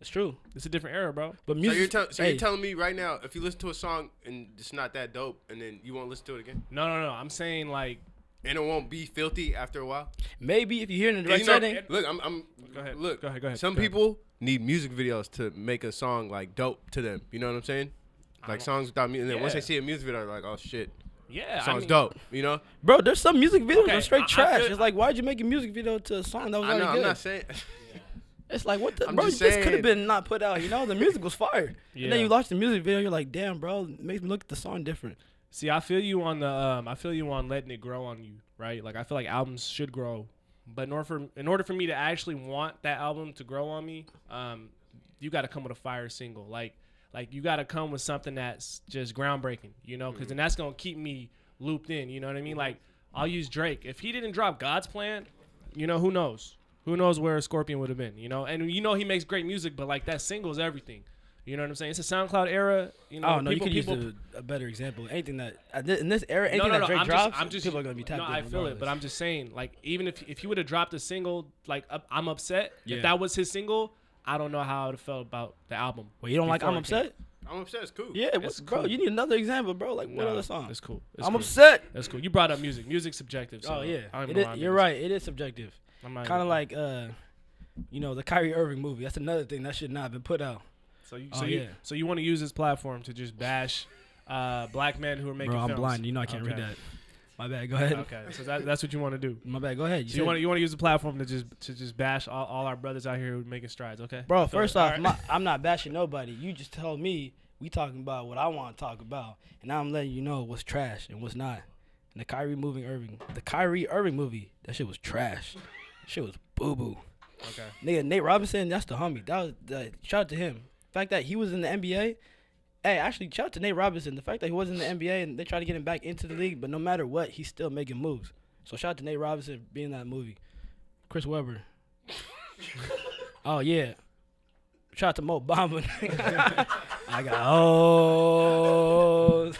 [SPEAKER 3] it's true.
[SPEAKER 1] It's a different era, bro.
[SPEAKER 3] But
[SPEAKER 2] So
[SPEAKER 3] music.
[SPEAKER 2] you're, tell so
[SPEAKER 3] hey,
[SPEAKER 2] you're telling me right now, if you listen to a song and it's not that dope, and then you won't listen to it again,
[SPEAKER 1] No, no, no. I'm saying like,
[SPEAKER 2] and it won't be filthy after a while.
[SPEAKER 3] maybe if you hear it in the right
[SPEAKER 2] You know,
[SPEAKER 3] setting.
[SPEAKER 2] look, I'm. I'm
[SPEAKER 1] Go ahead.
[SPEAKER 2] Look,
[SPEAKER 1] Go ahead, go ahead,
[SPEAKER 2] Some
[SPEAKER 1] go ahead.
[SPEAKER 2] people need music videos to make a song like dope to them. You know what I'm saying? Like songs without music. And then once
[SPEAKER 1] Yeah.
[SPEAKER 2] they see a music video, they're like, oh shit,
[SPEAKER 1] yeah, I
[SPEAKER 2] song's
[SPEAKER 1] mean-
[SPEAKER 2] dope. You know?
[SPEAKER 3] Bro, there's some music videos
[SPEAKER 1] Okay,
[SPEAKER 3] that are
[SPEAKER 1] I- I
[SPEAKER 3] straight trash.
[SPEAKER 1] feel-
[SPEAKER 3] it's like, why'd you make a music video to a song that was
[SPEAKER 2] I
[SPEAKER 3] already
[SPEAKER 2] know. I'm
[SPEAKER 3] good?
[SPEAKER 2] not saying.
[SPEAKER 3] it's like, what the,
[SPEAKER 2] I'm
[SPEAKER 3] bro?
[SPEAKER 2] just
[SPEAKER 3] This could
[SPEAKER 2] saying.
[SPEAKER 3] have been not put out. You know, the music was fire. And
[SPEAKER 1] Yeah.
[SPEAKER 3] then you watch the music video, you're like, damn, bro, it makes me look at the song different.
[SPEAKER 1] See, I feel you on the. Um, I feel you on letting it grow on you, right? Like I feel like albums should grow, but in order for in order for me to actually want that album to grow on me, um, you got to come with a fire single. Like like you got to come with something that's just groundbreaking, you know,
[SPEAKER 3] Mm-hmm.
[SPEAKER 1] because then that's gonna keep me looped in. You know what I mean? Like I'll use Drake if he didn't drop God's Plan, you know who knows. Who knows where Scorpion would have been, you know? And you know he makes great music, but like that single is everything. You know what I'm saying? It's a SoundCloud era. You know,
[SPEAKER 3] Oh no, you could use a, a better example. Anything that at thi- in this era, anything that Drake
[SPEAKER 1] I'm
[SPEAKER 3] drops,
[SPEAKER 1] just, I'm just,
[SPEAKER 3] people are gonna be tapped
[SPEAKER 1] No,
[SPEAKER 3] in.
[SPEAKER 1] I feel it, but I'm just saying, like, even if if he would have dropped a single, like, up, I'm upset. If that was his single, I don't know how I would have felt about the album.
[SPEAKER 3] Well, you don't like
[SPEAKER 1] before
[SPEAKER 3] I'm
[SPEAKER 1] it came.
[SPEAKER 3] upset.
[SPEAKER 2] I'm upset. It's cool.
[SPEAKER 3] Yeah, what,
[SPEAKER 1] It's
[SPEAKER 3] bro,
[SPEAKER 1] cool.
[SPEAKER 3] you need another example, bro. Like what
[SPEAKER 1] Nah,
[SPEAKER 3] other song?
[SPEAKER 1] It's cool. It's
[SPEAKER 3] I'm
[SPEAKER 1] cool.
[SPEAKER 3] upset.
[SPEAKER 1] That's cool. You brought up music. Music's subjective. So
[SPEAKER 3] Oh yeah,
[SPEAKER 1] I don't
[SPEAKER 3] It
[SPEAKER 1] know
[SPEAKER 3] is-
[SPEAKER 1] why I did
[SPEAKER 3] you're
[SPEAKER 1] this.
[SPEAKER 3] right. It is subjective.
[SPEAKER 1] I'm not
[SPEAKER 3] Kind of
[SPEAKER 1] even-
[SPEAKER 3] like uh, you know, the Kyrie Irving movie. That's another thing that should not have been put out.
[SPEAKER 1] So you, so
[SPEAKER 3] Oh,
[SPEAKER 1] you,
[SPEAKER 3] yeah.
[SPEAKER 1] so you want to use this platform to just bash uh, black men who are making
[SPEAKER 3] Bro, I'm
[SPEAKER 1] films.
[SPEAKER 3] blind. You know I can't read
[SPEAKER 1] Okay.
[SPEAKER 3] that. My bad. Go ahead.
[SPEAKER 1] Okay, so that, that's what you want to do.
[SPEAKER 3] My bad. Go ahead.
[SPEAKER 1] So you
[SPEAKER 3] said-
[SPEAKER 1] want to you want to use the platform to just to just bash all, all our brothers out here who are making strides, okay?
[SPEAKER 3] Bro,
[SPEAKER 1] Feel
[SPEAKER 3] first
[SPEAKER 1] it. All
[SPEAKER 3] off,
[SPEAKER 1] right.
[SPEAKER 3] my, I'm not bashing nobody. You just tell me we talking about what I want to talk about, and I'm letting you know what's trash and what's not. And the Kyrie moving Irving, the Kyrie Irving movie, that shit was trash. That shit was boo boo.
[SPEAKER 1] okay.
[SPEAKER 3] Nigga, Nate Robinson, that's the homie. That was the, shout out to him. The fact that he was in the NBA. Hey, actually, shout out to Nate Robinson. The fact that he was in the NBA and they tried to get him back into the league, but no matter what, he's still making moves. So shout out to Nate Robinson for being in that movie. Chris Webber. oh yeah. Shout out to Mo Bamba. I got oh.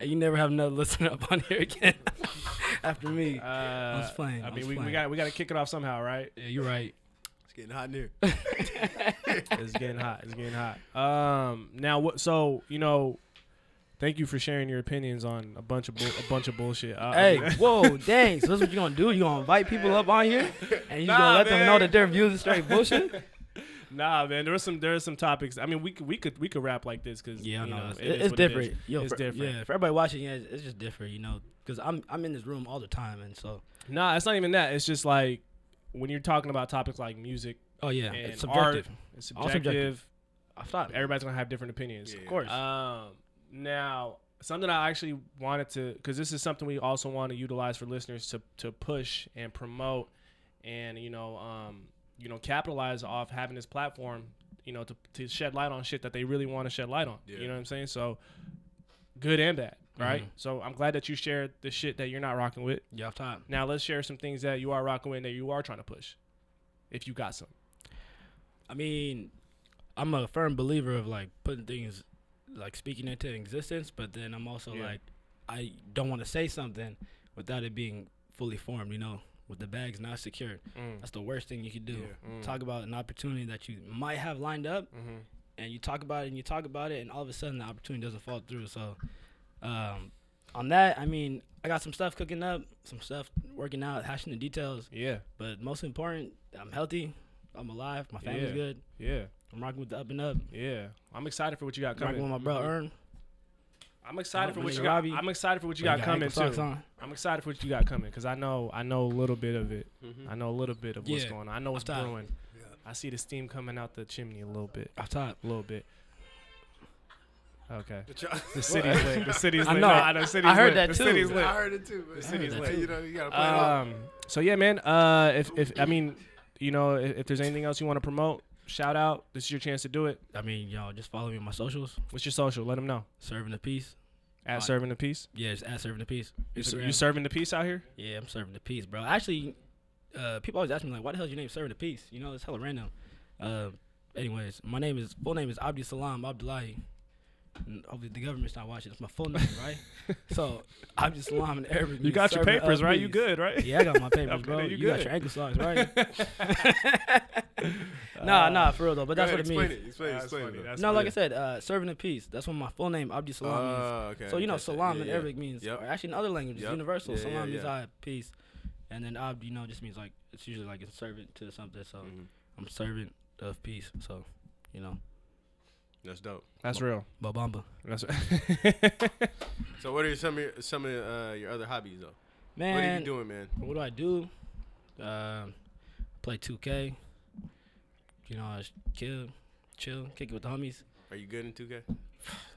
[SPEAKER 3] and you never have another listener up on here again after me.
[SPEAKER 1] Uh, I
[SPEAKER 3] was playing, I
[SPEAKER 1] I mean,
[SPEAKER 3] was
[SPEAKER 1] we, we
[SPEAKER 3] playing.
[SPEAKER 1] got we got to kick it off somehow, right?
[SPEAKER 3] yeah, you're right.
[SPEAKER 2] It's getting hot in here.
[SPEAKER 1] It's getting hot. It's getting hot. Um, now what? So you know, thank you for sharing your opinions on a bunch of bull, a bunch of bullshit. Uh,
[SPEAKER 3] Hey, whoa, dang. So that's what you gonna do? You gonna invite people up on here and you gonna
[SPEAKER 1] Nah,
[SPEAKER 3] let them know
[SPEAKER 1] man.
[SPEAKER 3] that their views is straight bullshit?
[SPEAKER 1] nah, man. There was some there was some topics. I mean, we could we could we could rap like this because you know,
[SPEAKER 3] it's,
[SPEAKER 1] it is what
[SPEAKER 3] it's
[SPEAKER 1] it is.
[SPEAKER 3] different. Yo,
[SPEAKER 1] it's
[SPEAKER 3] for-
[SPEAKER 1] different.
[SPEAKER 3] Yeah, for everybody watching, yeah, it's, it's just different, you know, because I'm I'm in this room all the time, and so
[SPEAKER 1] Nah, it's not even that. It's just like when you're talking about topics like music
[SPEAKER 3] oh yeah,
[SPEAKER 1] and er
[SPEAKER 3] it's
[SPEAKER 1] art,
[SPEAKER 3] subjective.
[SPEAKER 1] it's
[SPEAKER 3] All subjective.
[SPEAKER 1] subjective.
[SPEAKER 3] I thought,
[SPEAKER 1] Everybody's gonna have different opinions.
[SPEAKER 2] Yeah.
[SPEAKER 3] of course.
[SPEAKER 1] Um, now, something I actually wanted to, because this is something we also want to utilize for listeners to to push and promote, and you know, um, you know, capitalize off having this platform, you know, to to shed light on shit that they really want to shed light on.
[SPEAKER 2] Yeah. Mm-hmm.
[SPEAKER 1] You know what I'm saying? So, good and bad, right? So I'm glad that you shared the shit that you're not rocking with.
[SPEAKER 3] yeah, off top.
[SPEAKER 1] Now let's share some things that you are rocking with and that you are trying to push, if you got some.
[SPEAKER 3] I mean, I'm a firm believer of like putting things, like speaking into existence, but then I'm also
[SPEAKER 1] Yeah.
[SPEAKER 3] like, I don't want to say something without it being fully formed, you know, with the bags not secured.
[SPEAKER 1] Mm.
[SPEAKER 3] That's the worst thing you could do. Talk about an opportunity that you might have lined up,
[SPEAKER 1] Mm-hmm.
[SPEAKER 3] and you talk about it and you talk about it, and all of a sudden the opportunity doesn't fall through. So, um, on that, I mean, I got some stuff cooking up, some stuff working out, hashing the details,
[SPEAKER 1] Yeah,
[SPEAKER 3] but most important, I'm healthy, I'm alive, my family's
[SPEAKER 1] Yeah.
[SPEAKER 3] good.
[SPEAKER 1] yeah,
[SPEAKER 3] I'm rocking with the up and up.
[SPEAKER 1] yeah. I'm excited for what you got
[SPEAKER 3] I'm
[SPEAKER 1] coming.
[SPEAKER 3] rocking with my bro Earn.
[SPEAKER 1] I'm excited
[SPEAKER 3] Oh,
[SPEAKER 1] for what
[SPEAKER 3] Mr.
[SPEAKER 1] you got.
[SPEAKER 3] Robbie.
[SPEAKER 1] I'm excited for what you got
[SPEAKER 3] Bro, Oh, you got
[SPEAKER 1] coming
[SPEAKER 3] ankle socks
[SPEAKER 1] too.
[SPEAKER 3] on.
[SPEAKER 1] I'm excited for what you got coming because I know I know a little bit of it. I know a little bit of what's
[SPEAKER 3] Mm-hmm. Yeah.
[SPEAKER 1] going on. I know what's
[SPEAKER 3] I'm tired.
[SPEAKER 1] brewing. I see the steam coming out the chimney a little bit,
[SPEAKER 3] Off top.
[SPEAKER 1] a little bit. Okay.
[SPEAKER 2] But y'all-
[SPEAKER 1] The city's lit. The city's
[SPEAKER 3] I
[SPEAKER 1] lit.
[SPEAKER 3] know.
[SPEAKER 1] No, I know. City's
[SPEAKER 3] I
[SPEAKER 1] lit.
[SPEAKER 3] heard that
[SPEAKER 1] the
[SPEAKER 3] too.
[SPEAKER 1] City's lit.
[SPEAKER 2] I heard it too. But the
[SPEAKER 3] city's lit.
[SPEAKER 2] You know, you gotta play it off.
[SPEAKER 1] Um. So yeah, man. Uh, if if I mean, you know, if, if there's anything else you want to promote, shout out. This is your chance to do it.
[SPEAKER 3] I mean, y'all just follow me on my socials.
[SPEAKER 1] What's your social? Let them know.
[SPEAKER 3] Serving the peace.
[SPEAKER 1] At
[SPEAKER 3] Fine.
[SPEAKER 1] serving the peace.
[SPEAKER 3] Yeah, it's at serving the peace.
[SPEAKER 1] You, ser-
[SPEAKER 3] Instagram.
[SPEAKER 1] you serving the peace out here?
[SPEAKER 3] yeah, I'm serving the peace, bro. Actually, uh, people always ask me like, why the hell is your name serving the peace? You know, it's hella random. Uh, anyways, my name is full name is Abdi Salam Abdullahi. And hopefully the government's not watching. It's my full name, right? so Abdi Salam in Arabic.
[SPEAKER 1] You
[SPEAKER 3] means
[SPEAKER 1] got your
[SPEAKER 3] servant of
[SPEAKER 1] papers right. You
[SPEAKER 3] peace.
[SPEAKER 1] good, right?
[SPEAKER 3] Yeah, I got my papers,
[SPEAKER 1] Okay,
[SPEAKER 3] bro.
[SPEAKER 1] then
[SPEAKER 3] You,
[SPEAKER 1] you
[SPEAKER 3] got
[SPEAKER 1] good.
[SPEAKER 3] your ankle socks, right? nah, nah, for real though. But that's
[SPEAKER 2] Go
[SPEAKER 3] what it
[SPEAKER 2] ahead, Explain it.
[SPEAKER 3] means.
[SPEAKER 2] Explain it.
[SPEAKER 1] That's
[SPEAKER 2] Explain
[SPEAKER 1] funny.
[SPEAKER 2] it.
[SPEAKER 1] That's
[SPEAKER 3] No, like
[SPEAKER 1] funny.
[SPEAKER 3] I said, uh, serving in peace. That's what my full name Abdi Salam means.
[SPEAKER 2] Oh, okay.
[SPEAKER 3] So you know,
[SPEAKER 2] Gotcha.
[SPEAKER 3] salam
[SPEAKER 2] Yeah,
[SPEAKER 3] in
[SPEAKER 2] yeah.
[SPEAKER 3] Arabic means,
[SPEAKER 2] Yep.
[SPEAKER 3] or actually in other languages,
[SPEAKER 2] Yep.
[SPEAKER 3] universal.
[SPEAKER 2] Yeah, yeah,
[SPEAKER 3] salam means
[SPEAKER 2] yeah.
[SPEAKER 3] I peace, and then abd, you know, just means like it's usually like a servant to something. So
[SPEAKER 2] Mhm.
[SPEAKER 3] I'm servant of peace. So, you know,
[SPEAKER 2] That's dope.
[SPEAKER 1] That's real.
[SPEAKER 3] babamba.
[SPEAKER 1] That's
[SPEAKER 2] So what are some of your, some of uh, your other hobbies though? what are
[SPEAKER 3] Man,
[SPEAKER 2] you doing, man?
[SPEAKER 3] what do I do? Um, play 2K. You know, I just kill, chill, kick it with the homies.
[SPEAKER 2] Are you good in 2K?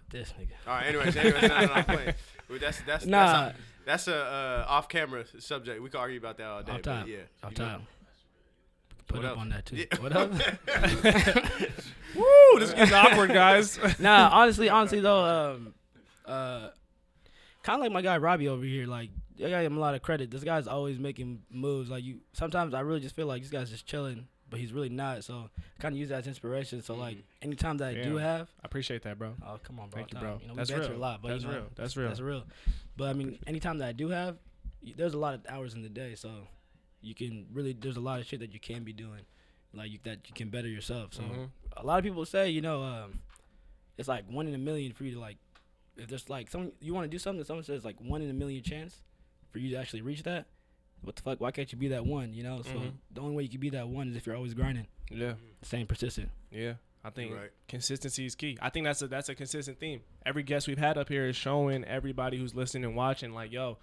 [SPEAKER 3] This nigga.
[SPEAKER 2] All right. Anyways, anyways, no, no, no, I'm playing. Well, that's that's
[SPEAKER 3] Nah.
[SPEAKER 2] that's a, that's a uh, off camera subject. We could argue about that all day.
[SPEAKER 3] Off
[SPEAKER 2] but
[SPEAKER 3] top.
[SPEAKER 2] Yeah.
[SPEAKER 3] Off
[SPEAKER 2] you know?
[SPEAKER 3] top. Put
[SPEAKER 2] What
[SPEAKER 3] up
[SPEAKER 2] up?
[SPEAKER 3] on that too.
[SPEAKER 2] Yeah.
[SPEAKER 3] What up?
[SPEAKER 1] Woo, this is awkward, guys.
[SPEAKER 3] nah, honestly, honestly though, um, uh, kind of like my guy Robbie over here. Like, I got him a lot of credit. This guy's always making moves. Like, you sometimes I really just feel like this guy's just chilling, but he's really not. So, kind of use that as inspiration. So, like,
[SPEAKER 2] Mm.
[SPEAKER 3] anytime that I do
[SPEAKER 1] Yeah.
[SPEAKER 3] have,
[SPEAKER 1] I appreciate that, bro.
[SPEAKER 3] oh come on, bro,
[SPEAKER 1] Thank you,
[SPEAKER 3] time.
[SPEAKER 1] bro.
[SPEAKER 3] know, we
[SPEAKER 1] That's
[SPEAKER 3] banter
[SPEAKER 1] real.
[SPEAKER 3] a lot, but you
[SPEAKER 1] That's
[SPEAKER 3] know,
[SPEAKER 1] real. That's real.
[SPEAKER 3] That's real. But I mean, anytime that I do have, y- there's a lot of hours in the day, so you can really there's a lot of shit that you can be doing, like you, that you can better yourself. So
[SPEAKER 1] Mhm.
[SPEAKER 3] a lot of people say, you know, um, it's like one in a million for you to like, if there's like some you want to do something, someone says like one in a million chance for you to actually reach that. What the fuck? Why can't you be that one? You know. So
[SPEAKER 1] Mhm.
[SPEAKER 3] the only way you can be that one is if you're always grinding,
[SPEAKER 1] Yeah,
[SPEAKER 3] staying persistent.
[SPEAKER 1] yeah. I think
[SPEAKER 2] You're right.
[SPEAKER 1] consistency is key. I think that's a that's a consistent theme. Every guest we've had up here is showing everybody who's listening and watching, like, yo,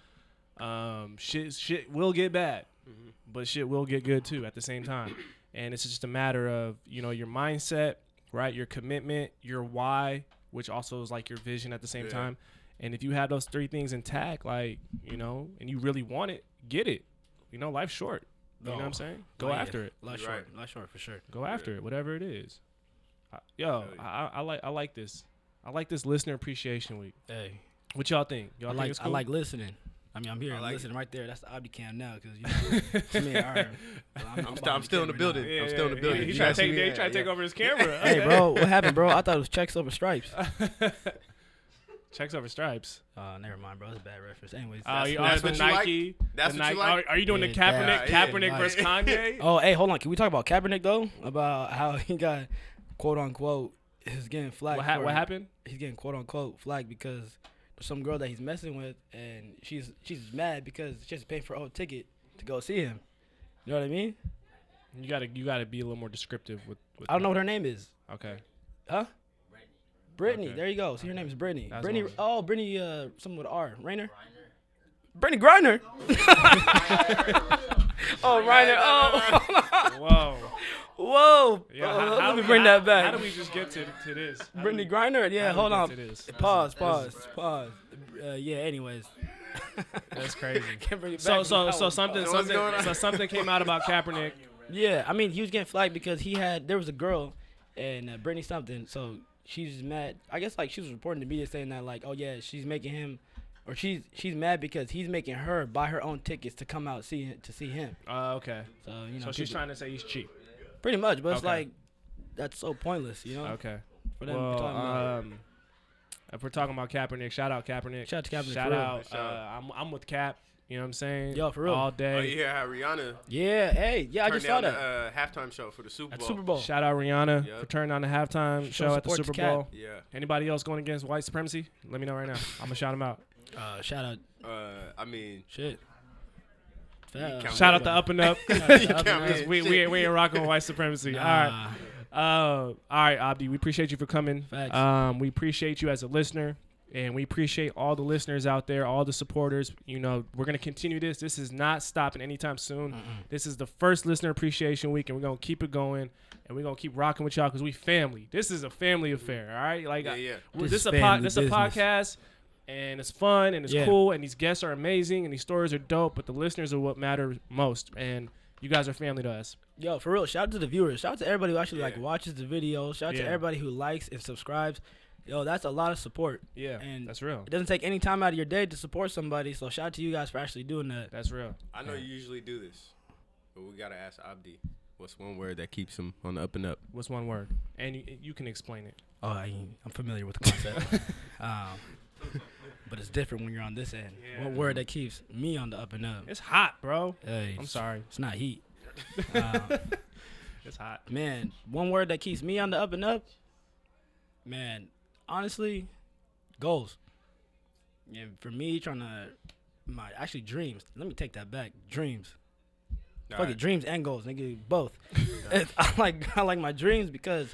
[SPEAKER 1] um, shit shit will get bad,
[SPEAKER 2] Mm-hmm.
[SPEAKER 1] but shit will get good too at the same time. And it's just a matter of you know your mindset, right? Your commitment, your why, which also is like your vision at the same
[SPEAKER 2] Yeah.
[SPEAKER 1] time. And if you have those three things intact, like you know, and you really want it, get it. You know, life's short. You know what I'm saying? Go
[SPEAKER 3] Like,
[SPEAKER 1] after it.
[SPEAKER 3] Life
[SPEAKER 2] You're
[SPEAKER 3] short,
[SPEAKER 2] right.
[SPEAKER 3] life short for sure.
[SPEAKER 1] Go after it, whatever it is. I, yo,
[SPEAKER 2] Hell yeah.
[SPEAKER 1] I, I, I like I like this. I like this listener appreciation week.
[SPEAKER 3] Hey,
[SPEAKER 1] What y'all think? Y'all
[SPEAKER 3] I
[SPEAKER 1] think
[SPEAKER 3] like
[SPEAKER 1] it's
[SPEAKER 3] I
[SPEAKER 1] cool?
[SPEAKER 3] like listening. I mean, I'm here.
[SPEAKER 2] I
[SPEAKER 3] I'm
[SPEAKER 2] like it.
[SPEAKER 3] listening right there. That's the ObdiCam now, because you know, to me, all right, well, I'm,
[SPEAKER 2] I'm, still, I'm still in the building.
[SPEAKER 1] Yeah,
[SPEAKER 2] I'm still in the
[SPEAKER 1] yeah,
[SPEAKER 2] building.
[SPEAKER 1] yeah. He
[SPEAKER 2] You
[SPEAKER 1] tried to
[SPEAKER 2] guys see
[SPEAKER 1] take,
[SPEAKER 2] me?
[SPEAKER 1] he
[SPEAKER 2] Yeah,
[SPEAKER 1] tried to
[SPEAKER 2] yeah.
[SPEAKER 1] take over his camera.
[SPEAKER 3] Hey, bro, what happened, bro? I thought it was checks over stripes.
[SPEAKER 1] Checks over stripes.
[SPEAKER 3] uh, never mind, bro. It's a bad reference. Anyways.
[SPEAKER 1] Oh, you
[SPEAKER 2] that's
[SPEAKER 1] also
[SPEAKER 2] what you like?
[SPEAKER 1] Nike. the
[SPEAKER 2] That's what you
[SPEAKER 1] Nike-
[SPEAKER 2] like?
[SPEAKER 1] Are, are you doing the
[SPEAKER 3] Yeah,
[SPEAKER 1] Kaepernick?
[SPEAKER 2] yeah, yeah.
[SPEAKER 1] Kaepernick
[SPEAKER 3] Like-
[SPEAKER 1] versus Kanye?
[SPEAKER 3] oh, hey, hold on. Can we talk about Kaepernick though? About how he got quote unquote is getting flagged.
[SPEAKER 1] what, ha-
[SPEAKER 3] for
[SPEAKER 1] what
[SPEAKER 3] it.
[SPEAKER 1] happened?
[SPEAKER 3] He's getting quote unquote flagged because there's some girl that he's messing with, and she's she's mad because she has to pay for her own ticket to go see him. You know what I mean?
[SPEAKER 1] You gotta you gotta be a little more descriptive with. with
[SPEAKER 3] I don't know what her name is.
[SPEAKER 1] know. Okay.
[SPEAKER 3] Huh? Brittany.
[SPEAKER 1] Okay.
[SPEAKER 3] There you go. See, her name is Brittany.
[SPEAKER 1] That's
[SPEAKER 3] Brittany.
[SPEAKER 1] what it
[SPEAKER 3] Oh, Brittany. Uh, something with a R. Rainer. Brittany Griner. oh, Reiner. Oh,
[SPEAKER 1] Whoa.
[SPEAKER 3] whoa.
[SPEAKER 1] Yeah.
[SPEAKER 3] Uh,
[SPEAKER 1] how,
[SPEAKER 3] let
[SPEAKER 1] how
[SPEAKER 3] me
[SPEAKER 1] do-
[SPEAKER 3] bring
[SPEAKER 1] how-
[SPEAKER 3] that
[SPEAKER 1] How
[SPEAKER 3] back.
[SPEAKER 1] do we just get to, to this? How do
[SPEAKER 3] Brittany
[SPEAKER 1] we-
[SPEAKER 3] Griner. Yeah,
[SPEAKER 1] how do we
[SPEAKER 3] hold
[SPEAKER 1] get
[SPEAKER 3] on.
[SPEAKER 1] to this?
[SPEAKER 3] Pause. Pause. Pause. Uh, yeah. Anyways.
[SPEAKER 1] That's crazy.
[SPEAKER 3] Can't bring it
[SPEAKER 1] So
[SPEAKER 3] back.
[SPEAKER 1] so
[SPEAKER 3] That
[SPEAKER 1] so
[SPEAKER 3] was-
[SPEAKER 1] something
[SPEAKER 2] So what's
[SPEAKER 1] something
[SPEAKER 2] going on?
[SPEAKER 1] so something came out about Kaepernick.
[SPEAKER 3] Yeah, I mean, he was getting flagged because he had there was a girl and uh, Brittany something, so she's just mad. I guess like she was reporting to media saying that like, oh yeah, she's making him, or she's she's mad because he's making her buy her own tickets to come out see to see him.
[SPEAKER 1] Uh, okay.
[SPEAKER 3] So you know,
[SPEAKER 1] So she's
[SPEAKER 3] people-
[SPEAKER 1] trying to say he's cheap.
[SPEAKER 3] pretty much, but it's
[SPEAKER 1] Okay.
[SPEAKER 3] like that's so pointless, you know.
[SPEAKER 1] Okay.
[SPEAKER 3] For them to be
[SPEAKER 1] Well,
[SPEAKER 3] talking about-
[SPEAKER 1] um, if we're talking about Kaepernick, shout out Kaepernick.
[SPEAKER 3] Shout out to Kaepernick,
[SPEAKER 1] Shout
[SPEAKER 3] for real.
[SPEAKER 1] out.
[SPEAKER 2] Shout out.
[SPEAKER 1] Uh, I'm I'm with Cap. You know what I'm saying?
[SPEAKER 3] Yo, for real.
[SPEAKER 1] All
[SPEAKER 2] Oh,
[SPEAKER 1] day.
[SPEAKER 2] you hear how Rihanna
[SPEAKER 3] Yeah, hey, yeah, I
[SPEAKER 2] turned
[SPEAKER 3] just saw
[SPEAKER 2] down
[SPEAKER 3] that
[SPEAKER 2] the uh, halftime show for the Super
[SPEAKER 3] at
[SPEAKER 2] Bowl?
[SPEAKER 3] Super Bowl.
[SPEAKER 1] Shout out Rihanna
[SPEAKER 2] Yep.
[SPEAKER 1] for turning on the halftime
[SPEAKER 3] Show
[SPEAKER 1] show at the
[SPEAKER 3] support to
[SPEAKER 1] Super
[SPEAKER 3] Cap.
[SPEAKER 1] Bowl.
[SPEAKER 2] Yeah.
[SPEAKER 1] Anybody else going against white supremacy? Let me know right now. I'm gonna shout him out.
[SPEAKER 3] Uh, shout out,
[SPEAKER 2] Uh, I mean,
[SPEAKER 3] shit.
[SPEAKER 2] count
[SPEAKER 1] Shout out the Up and Up.
[SPEAKER 2] you count me
[SPEAKER 1] 'Cause
[SPEAKER 2] in.
[SPEAKER 1] we, we, we ain't rocking with white supremacy. All right. Uh, all right, Abdi. We appreciate you for coming.
[SPEAKER 3] Facts.
[SPEAKER 1] Um, we appreciate you as a listener, and we appreciate all the listeners out there, all the supporters. You know, we're gonna continue this. This is not stopping anytime soon. This is the first listener appreciation week, and we're gonna keep it going, and we're gonna keep rocking with y'all because we family. This is a family affair. All right, like
[SPEAKER 2] Yeah, yeah.
[SPEAKER 1] we're-
[SPEAKER 3] This
[SPEAKER 1] this,
[SPEAKER 3] is
[SPEAKER 1] a pod,
[SPEAKER 3] family
[SPEAKER 1] this a
[SPEAKER 3] business.
[SPEAKER 1] podcast. And it's fun and it's
[SPEAKER 3] Yeah.
[SPEAKER 1] cool and these guests are amazing and these stories are dope, but the listeners are what matter most. And you guys are family to us.
[SPEAKER 3] Yo, for real, shout out to the viewers. Shout out to everybody who actually like
[SPEAKER 2] Yeah.
[SPEAKER 3] watches the video. Shout out
[SPEAKER 1] Yeah.
[SPEAKER 3] to everybody who likes and subscribes. Yo, that's a lot of support.
[SPEAKER 1] Yeah,
[SPEAKER 3] and
[SPEAKER 1] that's real.
[SPEAKER 3] It doesn't take any time out of your day to support somebody. So shout out to you guys for actually doing that.
[SPEAKER 1] That's real.
[SPEAKER 2] I know you usually do this, but we gotta ask Abdi. What's one word that keeps him on the up and up?
[SPEAKER 1] What's one word? And you, you can explain it.
[SPEAKER 3] Oh, I, I'm familiar with the concept, um, but it's different when you're on this end. What word that keeps me on the up and up?
[SPEAKER 1] It's hot, bro.
[SPEAKER 3] Hey,
[SPEAKER 1] I'm sorry.
[SPEAKER 3] it's not heat. um,
[SPEAKER 1] It's hot.
[SPEAKER 3] man, one word that keeps me on the up and up, man, honestly, goals. Yeah, for me, trying to, my actually dreams. Let me take that back. Dreams,
[SPEAKER 2] All
[SPEAKER 3] fuck it,
[SPEAKER 2] right.
[SPEAKER 3] dreams and goals, nigga, both. I like I like my dreams because,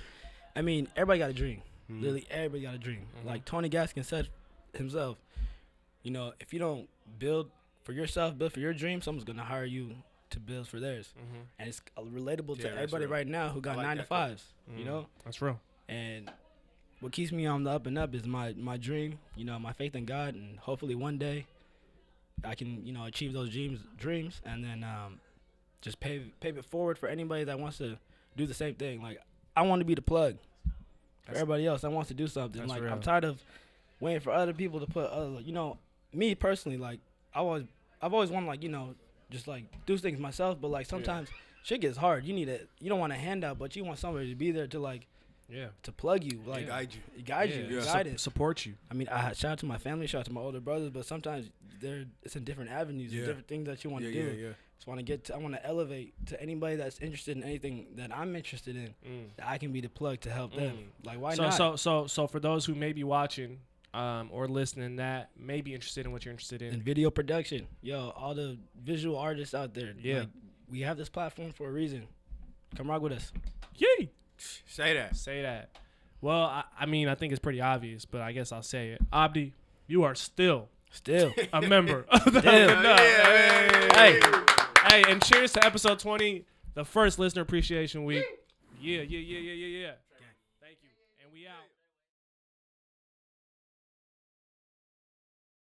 [SPEAKER 3] I mean, everybody got a dream.
[SPEAKER 2] Mm-hmm.
[SPEAKER 3] Literally, everybody got a dream. Like Tony Gaskin said himself, you know, if you don't build for yourself, build for your dream, someone's gonna hire you to build for theirs and it's uh, relatable
[SPEAKER 2] Mm-hmm. Yeah,
[SPEAKER 3] to
[SPEAKER 2] that's
[SPEAKER 3] everybody
[SPEAKER 2] real.
[SPEAKER 3] right now who got
[SPEAKER 2] like
[SPEAKER 3] nine to
[SPEAKER 2] that Mm-hmm. quote.
[SPEAKER 3] fives, you know.
[SPEAKER 1] That's real.
[SPEAKER 3] And what keeps me on the up and up is my my dream, you know, my faith in God, and hopefully one day I can you know achieve those dreams dreams, and then um, just pay pay it forward for anybody that wants to do the same thing. Like I want to be the plug for everybody else that wants to do something.
[SPEAKER 1] that's
[SPEAKER 3] Like
[SPEAKER 1] real.
[SPEAKER 3] I'm tired of waiting for other people to put other. You know, me personally, like I always I've always wanted like you know just like do things myself. But like sometimes shit gets hard. You need a you don't want a handout, but you want somebody to be there to like
[SPEAKER 1] Yeah.
[SPEAKER 3] to plug you, like
[SPEAKER 2] Guide you.
[SPEAKER 3] guide
[SPEAKER 1] Yeah.
[SPEAKER 3] you,
[SPEAKER 2] Yeah.
[SPEAKER 3] guide it.
[SPEAKER 1] Support you.
[SPEAKER 3] I mean, I shout out to my family, shout out to my older brothers, but sometimes there it's in different avenues,
[SPEAKER 2] Yeah.
[SPEAKER 3] and different things that you want
[SPEAKER 2] Yeah,
[SPEAKER 3] to
[SPEAKER 2] yeah,
[SPEAKER 3] do.
[SPEAKER 2] yeah.
[SPEAKER 3] Just want to get. To, I want to elevate to anybody that's interested in anything that I'm interested in. That I can be the plug to help them. Like
[SPEAKER 1] Mm.
[SPEAKER 3] why
[SPEAKER 1] so
[SPEAKER 3] not?
[SPEAKER 1] so so so for those who may be watching um, or listening that may be interested in what you're interested in.
[SPEAKER 3] in video production, yo, all the visual artists out there.
[SPEAKER 1] Yeah.
[SPEAKER 3] like, we have this platform for a reason. Come rock with us.
[SPEAKER 1] Yay!
[SPEAKER 2] Say that.
[SPEAKER 1] Say that. Well, I, I mean, I think it's pretty obvious, but I guess I'll say it. Abdi, you are still
[SPEAKER 3] Still,
[SPEAKER 1] a member of the
[SPEAKER 3] Damn.
[SPEAKER 1] No.
[SPEAKER 3] hey,
[SPEAKER 1] Hey, and cheers to episode 20, the first listener appreciation week. Yeah, yeah, yeah, yeah, yeah, yeah. Thank you. And we out.